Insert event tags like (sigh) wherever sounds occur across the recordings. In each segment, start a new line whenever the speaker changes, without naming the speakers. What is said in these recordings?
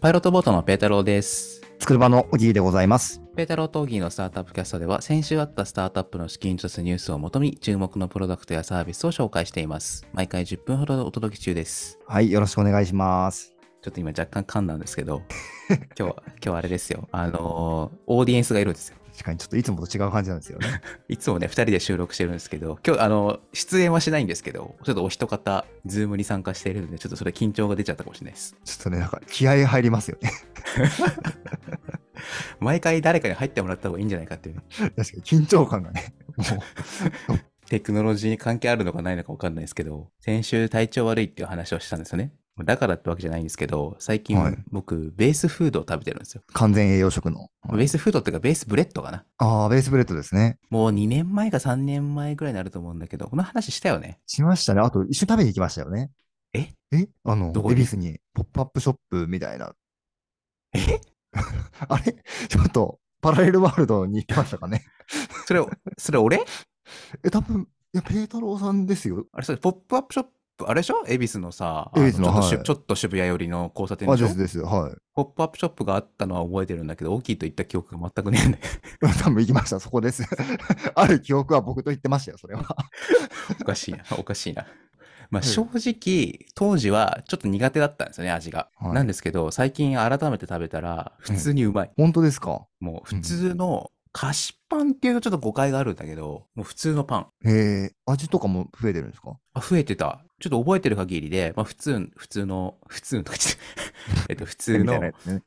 パイロットボートのペータローです。
作る場のおぎーでございます。
ペータローとオギーのスタートアップキャストでは、先週あったスタートアップの資金調達ニュースをもとに、注目のプロダクトやサービスを紹介しています。毎回10分ほどでお届け中です。
はい、よろしくお願いします。
ちょっと今若干噛んだんですけど、今日は、今日はあれですよ。あのーオーディエンスがいるんですよ。
確かにちょっといつもと違う感じなんですよ
(laughs)
ね。
いつもね、2人で収録してるんですけど、今日、あの、出演はしないんですけど、ちょっとお一方、ズームに参加しているので、ちょっとそれ緊張が出ちゃったかもしれないです。
ちょっとね、なんか気合入りますよね。 (laughs)
毎回誰かに入ってもらった方がいいんじゃないかっていうね、
確かに緊張感がね。も
テクノロジーに関係あるのかないのか分かんないですけど、先週体調悪いっていう話をしたんですよね。だからってわけじゃないんですけど、最近
はい
僕、ベースフードを食べてるんですよ。
う完全栄養食の。
ベースフードっていうか、ベースブレッドかな。
ああ、ベースブレッドですね。
もう2年前か3年前ぐらいになると思うんだけど、この話したよね。
しましたね。あと、一緒に食べに行きましたよね。
え
えあの
どこ、
恵
に
比寿にポップアップショップみたいな。
え
(laughs) あれ (laughs) ちょっと、パラレルワールドに行きましたかね。
それ、 (laughs) それ俺
え、多分、いや、ペータローさんですよ。
あれ、それ、ポップアップショップ、あれでしょ恵比寿のさ、あ
恵比寿の
ちょっとし
はい
ちょっと渋谷寄りの交差点
あ、
でし
で
ょ
すです。はい。 (laughs)
ポップアップショップがあったのは覚えてるんだけど、大きいと言った記憶が全くねえんだよ
多分行きました。そこです。 (laughs) ある記憶は僕と言ってましたよ、それは。
おか
(laughs)
しいな、おかしいな。まあ、
はい
正直、当時はちょっと苦手だったんですよね、味が。
はい
なんですけど、最近改めて食べたら、普通にうまい。
本当ですか
もう、普通の、菓子パンっていうとちょっと誤解があるんだけど、もう普通のパン。
えー、味とかも増えてるんですか
あ、増えてた。ちょっと覚えてる限りで、まあ、普通、普通の、普通の (laughs) とか言っちゃった、えっと、普通
みた
の
いな、やつね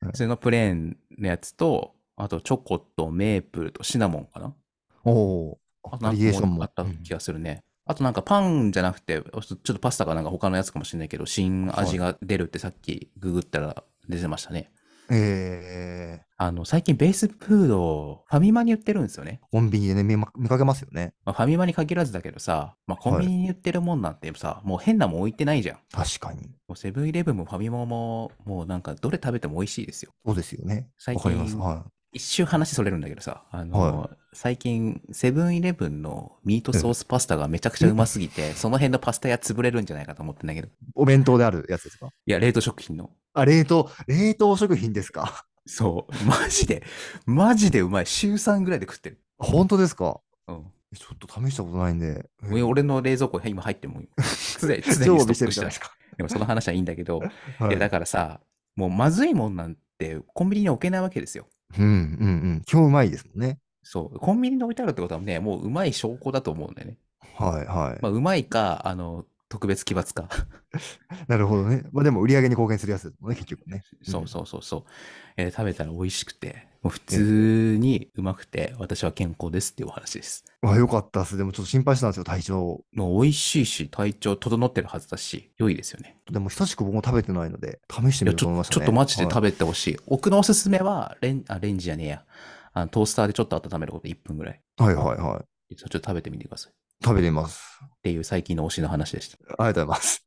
普通のプレーンのやつと、あとチョコとメープルとシナモンかな
おお
あ
ー、
とな
バ
ん
リエーショ
か
ン
も
も。
あった
うん
気がするね。あとなんかパンじゃなくて、ちょちょっとパスタかなんか他のやつかもしれないけど、新味が出るってさっきググったら出てましたね。
えー、
あの、最近ベースフードをファミマに売ってるんですよね。
コンビニでね見ま、見かけますよね。
まあ、ファミマに限らずだけどさ、まあ、コンビニに売ってるもんなんてさ、もう変なもん置いてないじゃん。
確かに。
もうセブンイレブンもファミマも、もうなんかどれ食べても美味しいですよ。
そうですよね。
最
わ
近
かります。は
一瞬話それるんだけどさ、あの、最近、セブンイレブンのミートソースパスタがめちゃくちゃうますぎて、その辺のパスタ屋潰れるんじゃないかと思ってんだけど、
い。お弁当であるやつですか
いや、冷凍食品の。
あ、冷凍、冷凍食品で
(laughs)
すか
そう、マジで、マジでうまい。週3ぐらいで食ってる。
本当ですか
うん。
ちょっと試したことないんで。えー
俺俺の冷蔵庫、今入ってる (laughs) もん。常に、常にス
常
トップ
備してる
し
じ
て
ゃな
た
いです。か。
でもその話はいいんだけど、い
はい
や、だからさ、もうまずいもんなんてコンビニに置けないわけですよ。
うんうんうん。今日うまいですもんね。
そう、コンビニに置いてあるってことはね、もううまい証拠だと思うんだよね。
はいはい。
まあ、うまいか、あの、特別奇抜か。
なるほどね。まあでも売り上げに貢献するやつですもんね、結局ね。
そうそうそうそう、えー食べたら美味しくて、もう普通にうまくて、私は健康ですっていうお話です。
あ、よかったっす。でもちょっと心配したんですよ、体調。
もう美味しいし、体調整ってるはずだし、良いですよね。
でも久しく僕も食べてないので、試して
いや
みよう
ち
と思
ょ
いました
ち
ね。
ょっとマジで食
べ、
べてほしい,、奥のおすすめはレンあ、レンジじゃねえやあの。トースターでちょっと温めること1分ぐらい。
はい、はいはいはい
ちょっと食べてみてください。っ
食べてみます。
ていう最近の推しの話でした。
ありがとうございます。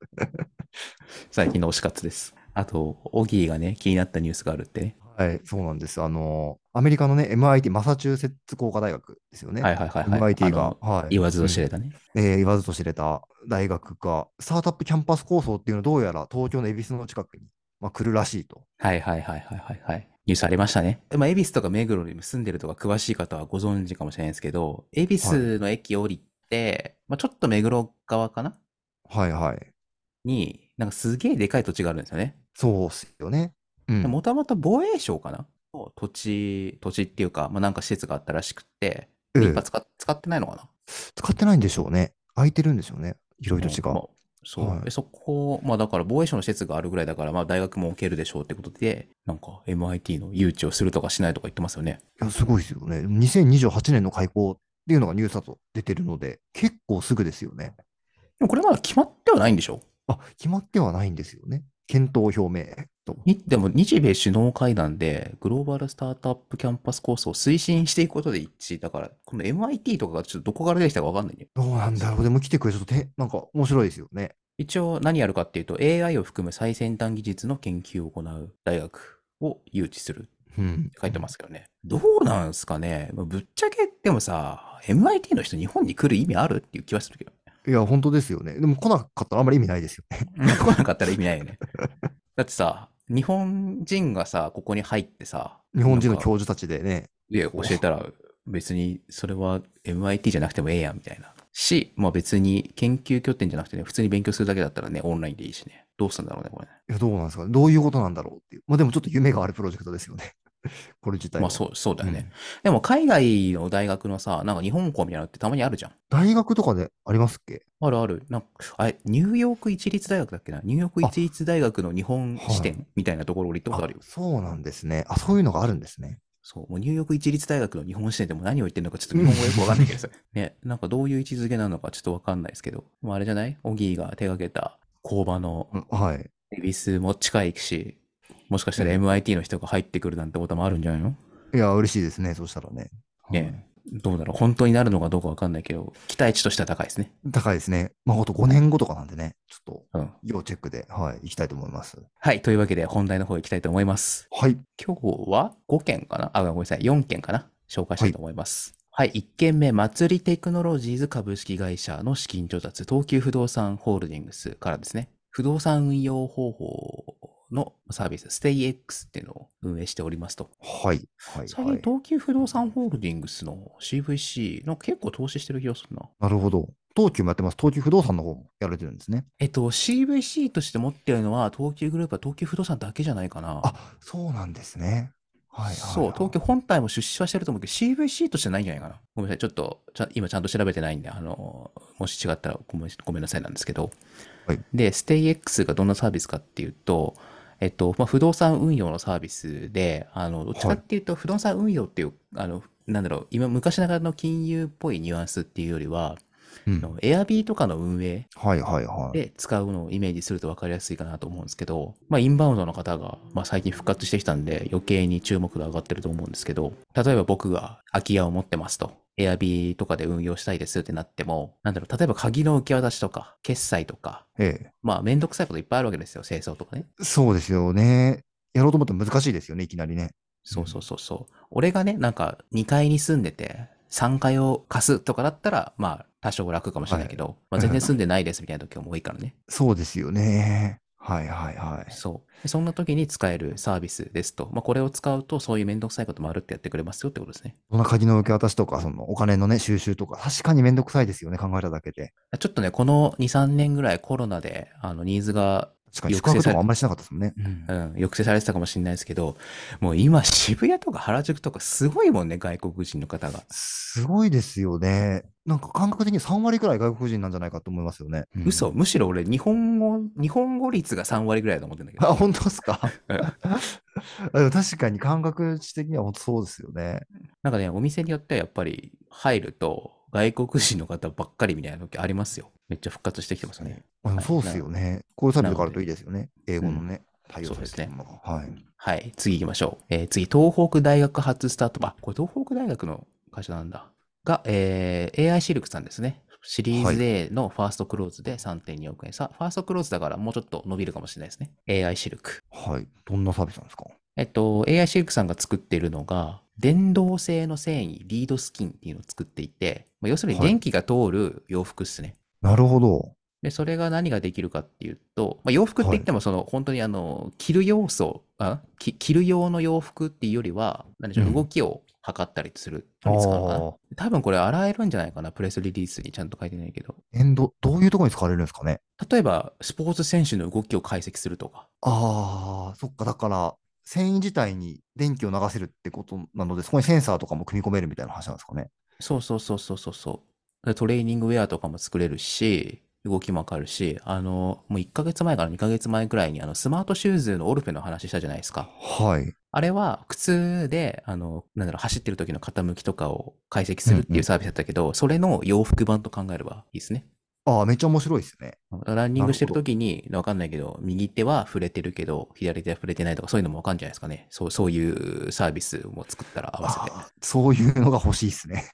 最近の推し活です。あと、オギーがね、気になったニュースがあるってね。
はい、そうなんです。あの、アメリカのね、MIT、マサチューセッツ工科大学ですよね。
はいはいはいはい。
MIT
あ
が
の、
はい、
言わずと知れたね。
うんえー言わずと知れた大学が、スタートアップキャンパス構想っていうのをどうやら東京の恵比寿の近くに、まあ、来るらしいと。
はいはいはいはいはいはい。ニュースありましたね。まあ、恵比寿とか目黒に住んでるとか詳しい方はご存知かもしれないですけど、恵比寿の駅降りて、まあ、ちょっと目黒側かな
はいはい。
に、なんかすげえでかい土地があるんですよね。
そうっすよね。うん。
もともと防衛省かなの土地、土地っていうか、まあ、なんか施設があったらしくって、
ええ
今使っ使ってないのかな
使ってないんでしょうね。空いてるんでしょうね。広い土地
うんまあ。
が
そう、
はい
でそこ、まあだから防衛省の施設があるぐらいだから、まあ大学も置けるでしょうってことで、なんか MIT の誘致をするとかしないとか言ってますよね。
いや、すごいですよね。2028年の開校っていうのがニュースだと出てるので、結構すぐですよね。
でもこれまだ決まってはないんでしょ
あ、決まってはないんですよね。検討表明と。
にでも日米首脳会談でグローバルスタートアップキャンパス構想を推進していくことで一致だからこの MIT とかがちょっとどこから出てきたか分かんないね
どうなんだろう。でも来てくれ、ちょっとて、なんか面白いですよね。
一応何やるかっていうと AI を含む最先端技術の研究を行う大学を誘致するって
うん。
書いてますけどねどうなんすかねまあぶっちゃけでもさ MIT の人日本に来る意味あるっていう気はするけど
い
(laughs)
や、本当ですよね。でも来なかったらあんまり意味ないですよね。
来なかったら意味ないよねだってさ日本人がさ、ここに入ってさ、
日本人の
なんか
教授たちでね、
で、教えたら別にそれは MIT じゃなくてもええやんみたいな。し、まあ別に研究拠点じゃなくてね、普通に勉強するだけだったらね、オンラインでいいしね。どうすんだろうね、これね。
いやどうなんですかね、どういうことなんだろうっていう。まあでもちょっと夢があるプロジェクトですよね。 (laughs) これ自体
まあ
は
そう、そうだよね。でも海外の大学のさ、なんか日本校みたいなのってたまにあるじゃん。
大学とかでありますっけ
あるある。なんか、あれ、ニューヨーク一律大学だっけなニューヨーク一律大学の日本支
は
店みたいなところ俺行ったことあるよ
あ。そうなんですね。あ、そういうのがあるんですね。
そう、もうニューヨーク一律大学の日本支店でも何を言ってるのかちょっと日本語よくわかんないけどさ。ね、なんかどういう位置づけなのかちょっとわかんないですけど、まああれじゃないオギーが手掛けた工場の
うんはい。
恵比寿も近いし、もしかしたら MIT の人が入ってくるなんてこともあるんじゃないの
いや、嬉しいですね。そうしたらね。
ねどうだろう本当になるのかどうかわかんないけど、期待値としては高いですね。
うん高いですね。まあ、ほんと5年後とかなんでね、ちょっと
うん。
要チェックで、はい、行きたいと思います。
はい。というわけで本題の方行きたいと思います。
はい。
今日は5件かなあ、ごめんなさい。4件かな紹介したいと思います。はい。1件目、祭りテクノロジーズ株式会社の資金調達、東急不動産ホールディングスからですね。不動産運用方法のサービス、StayX っていうのを運営しておりますと。
はい。はい。
最
は
近、
い、
東急不動産ホールディングスの CVC の結構投資してる気がするな。
なるほど。東急もやってます。東急不動産の方もやられてるんですね。
えっと、CVC として持ってるのは、東急グループは東急不動産だけじゃないかな。
あ、そうなんですね。はい。
そう、東京本体も出資はしてると思うけど、CVC としてないんじゃないかな。ごめんなさい、ちょっとちゃ今ちゃんと調べてないんで、あのもし違ったらごめんごめんなさいなんですけど、
はい
で、StayX がどんなサービスかっていうと、えっとまあ、不動産運用のサービスで、あのどっちかっていうと、不動産運用っていう、あのなんだろう、今、昔ながらの金融っぽいニュアンスっていうよりは、
う
あ
ん。
の Airb とかの運営
はいはいはい。
で使うのをイメージすると分かりやすいかなと思うんですけど、まあ、インバウンドの方が、まあ、最近復活してきたんで余計に注目が上がってると思うんですけど例えば僕が空き家を持ってますと。エアビーとかで運用したいですってなっても、なんだろう、例えば鍵の受け渡しとか、決済とか、
え
まあ、めんどくさいこといっぱいあるわけですよ、清掃とかね。
え。そうですよね。やろうと思っても難しいですよね、いきなりね。
そうそうそうそう。俺がね、なんか2階に住んでて、3階を貸すとかだったら、まあ、多少楽かもしれないけど、まあ、全然住んでないですみたいな時も多いからね。
そうですよね。はいはいはい。
そう。でそんな時に使えるサービスですと。まあ、これを使うと、そういうめんどくさいこともあるってやってくれますよってことですね。
そんな鍵の受け渡しとか、そのお金のね、収集とか、確かにめんどくさいですよね、考えただけで。
ちょっとね、この2、3年ぐらいコロナで、あの、ニーズが、
確かに、
抑制
宿泊と
さ
か
れ
あんまりしなかったですもんね。
うん、抑制されてたかもしれないですけど、もう今、渋谷とか原宿とかすごいもんね、外国人の方が。
すごいですよね。なんか感覚的に3割くらい外国人なんじゃないかと思いますよね。
嘘、むしろ俺、日本語、日本語率が3割ぐらいだと思ってんだけ
あ、
ど。
本当ですか (laughs)
うん
でも確かに感覚値的には本当そうですよね。
なんかね、お店によってはやっぱり入ると、外国人の方ばっかりみたいな時ありますよ。めっちゃ復活してきてますね。
あでも
はい
そうですよね。こういうサービスがあるといいですよね。英語のね、対応
そう
さ
で
れ
す
て
ね
るものが。はい。
はい、次行きましょう。えー次、東北大学発スタート。あ、これ東北大学の会社なんだ。が、えー AI シルクさんですね。シリーズ A のファーストクローズで3.2億円。さ、ファーストクローズだからもうちょっと伸びるかもしれないですね。AI シルク。
はい。どんなサービスなんですか
えっと、AI シルクさんが作っているのが、電動製の繊維、リードスキンっていうのを作っていて、まあ要するに
はい
電気が通る洋服ですね。
なるほど。
で、それが何ができるかっていうと、まあ、洋服って言っても、その、本当にあの、着る要素、あき着る用の洋服っていうよりは、何でしょ
う
う、
ん
動きを測ったりする
あ
のに使うのかな。
ー
多分これ洗えるんじゃないかな、プレスリリースにちゃんと書いてないけど。
エンド、どういうところに使われるんですかね
例えば、スポーツ選手の動きを解析するとか。
ああ、そっか、だから、繊維自体に電気を流せるってことなので、そこにセンサーとかも組み込めるみたいな話なんですかね。
そうそうそうそうそうそう。でトレーニングウェアとかも作れるし、動きもわかるし、あの、もう1ヶ月前から2ヶ月前くらいに、あの、スマートシューズのオルフェの話したじゃないですか。
はい。
あれは靴で、あの、なんだろう、走ってる時の傾きとかを解析するって
うんう
い
ん
うサービスだったけど、それの洋服版と考えればいいですね。
ああ、めっちゃ面白いですね。
ランニングしてる時に、わかんないけど、右手は触れてるけど、左手は触れてないとか、そういうのもわかんじゃないですかね。そう、そういうサービスも作ったら合わせて。
あーそういうのが欲しいで
(laughs)
すね。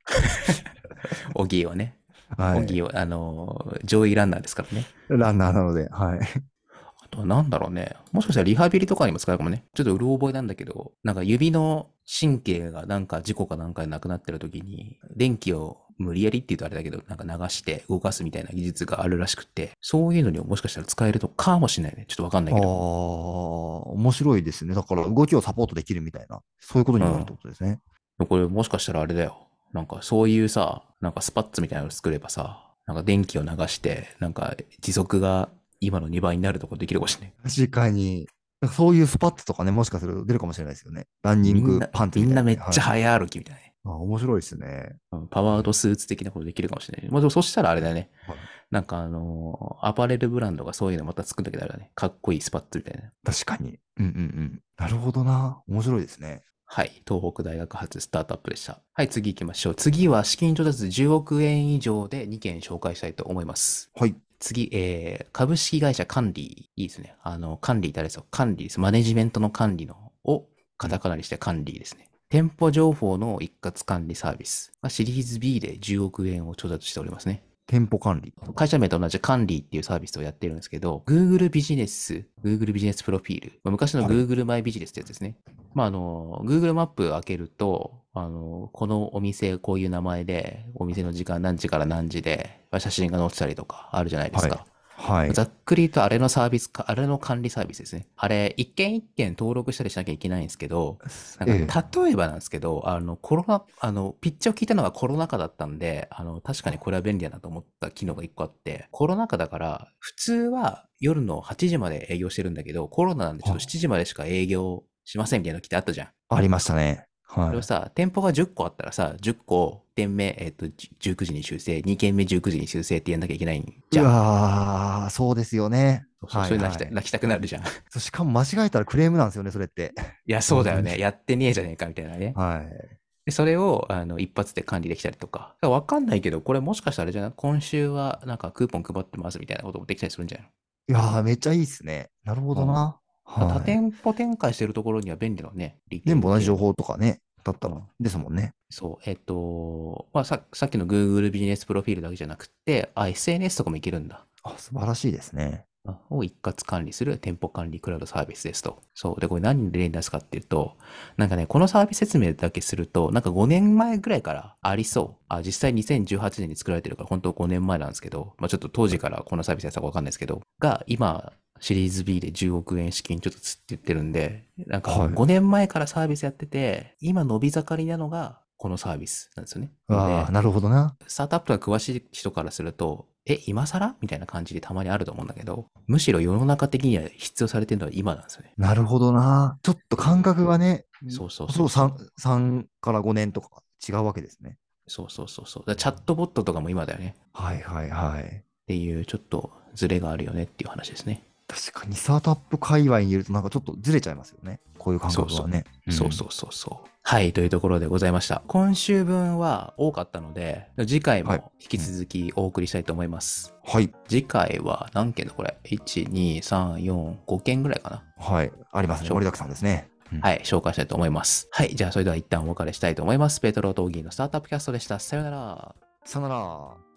オギーはね。
は
オ
い。
ギーは、あの、上位ランナーですからね。
ランナーなので、はい。
あとはなんだろうね。もしかしたらリハビリとかにも使えるかもね。ちょっとうる覚えなんだけど、なんか指の神経がなんか事故かなんかでなくなってる時に、電気を無理やりって言うとあれだけど、なんか流して動かすみたいな技術があるらしくて、そういうのにももしかしたら使えるのかもしれないね。ちょっとわかんない
あ
け
あ、
ど。
面白いですね。だから動きをサポートできるみたいな、そういうことになるってことですね。
これもしかしたらあれだよ。なんかそういうさ、なんかスパッツみたいなの作ればさ、なんか電気を流して、なんか時速が今の2倍になるとこできるかもしれない。
確かに。なんかそういうスパッツとかね、もしかすると出るかもしれないですよね。ランニン
みん
グ
な
パンツ
み
み
ん
た
ない
なね、
めっちゃ
はい
早歩きみたいなね。
あ面白いですね。
うんパワードスーツ的なことできるかもしれない。まあでもそしたらあれだよね
はい。
なんかあのーアパレルブランドがそういうのまた作んだけどあれだね。かっこいいスパッツみたいな。
確かに。うんうんうん。なるほどな。面白いですね。
はい。東北大学発スタートアップでした。はい、次行きましょう。次は資金調達10億円以上で2件紹介したいと思います。
はい。
次、えー、株式会社管理。いいですね。あの、管理ってあれですよ。管理です。マネジメントの管理のをカタカナにして管理ですね。店舗情報の一括管理サービスがシリーズ B で10億円を調達しておりますね。
店舗管理。
会社名と同じ管理っていうサービスをやってるんですけど、Google ビジネス、Google ビジネスプロフィール、まあ昔の
はい
Google マイビジネスってやつですね。まあ、あの、Google マップ開けると、あの、このお店、こういう名前で、お店の時間何時から何時で、まあ写真が載ってたりとかあるじゃないですか。
はい。
ざっくり言うとあれのサービスか、あれの管理サービスですね。あれ、一件一件登録したりしなきゃいけないんですけど、な
ええ
んか例えばなんですけど、あの、コロナ、あの、ピッチを聞いたのがコロナ禍だったんで、あの、確かにこれは便利だなと思った機能が一個あって、コロナ禍だから、普通は夜の8時まで営業してるんだけど、コロナなんでちょっと
はい
7時までしか営業しませんみたいなの来てあったじゃん。
ありましたね。
そ
は
れを
い。
さ、店舗が10個あったらさ、10個、1店目、えっ、と、19時に修正、2件目19時に修正ってやんなきゃいけないんじ
う
ゃん。
わー、そうですよね。
そう
はい
そういうの
は
泣
い
きたい泣きたくなるじゃん。い
そうしかも間違えたらクレームなんですよね、そ
(laughs)
れって。
や、そうだよ
う
ね。やってねえじゃねえかみたいなね。
はい。
でそれをあの一発で管理できたりとか。だからわかんないけど、これもしかしたらあれじゃない今週はなんかクーポン配ってますみたいなこともできたりするんじゃない
いやー、めっちゃいいですね。なるほどな。
の、多
はい。
店舗展開してるところには便利だね。
全部同じ情
報。
報とかね、だった
う
ら
ん、
ですもんね。
そう。えっ、と、まあさ、さっきの Google ビジネスプロフィールだけじゃなくて、あ、SNS とかもいけるんだ。
あ、素晴らしいですね。
あを一括管理する店舗管理クラウドサービスですと。そう。で、これ何で例に出すかっていうと、なんかね、このサービス説明だけすると、なんか5年前ぐらいからありそう。あ、実際2018年に作られてるから、本当5年前なんですけど、まあちょっと当時からこのサービスやってたかわかんないですけど、が今、シリーズ B で10億円資金ちょっとつって言ってるんで、なんか
はい
5年前からサービスやってて、今伸び盛りなのがこのサービスなんですよね。
あ
で
あ、なるほどな。
スタートアップが詳しい人からすると、え、今更みたいな感じでたまにあると思うんだけど、むしろ世の中的には必要されてるのは今なんですよね。
なるほどな。ちょっと感覚がね、
そうそう
そ
そうう。
3、3から5年とか違うわけですね。
そうそうそうそう。だからチャットボットとかも今だよね。っ
はいはいはい。
ていう、ちょっとズレがあるよねっていう話ですね。
確かにスタートアップ界隈にいるとなんかちょっとずれちゃいますよね。こういう感覚はね。
そう
う
そうそうそう。はい、というところでございました。今週分は多かったので、次回
はい
も引き続きお送りしたいと思います。
ん。はい。
次回は何件だこれ ?1、2、3、4、5件ぐらいかな。
はい。ありますね。
そう
盛りだくさんですね。うん
はい、紹介したいと思います。はい、じゃあそれでは一旦お別れしたいと思います。ペトロとオギーのスタートアップキャストでした。さようなら。
さよなら。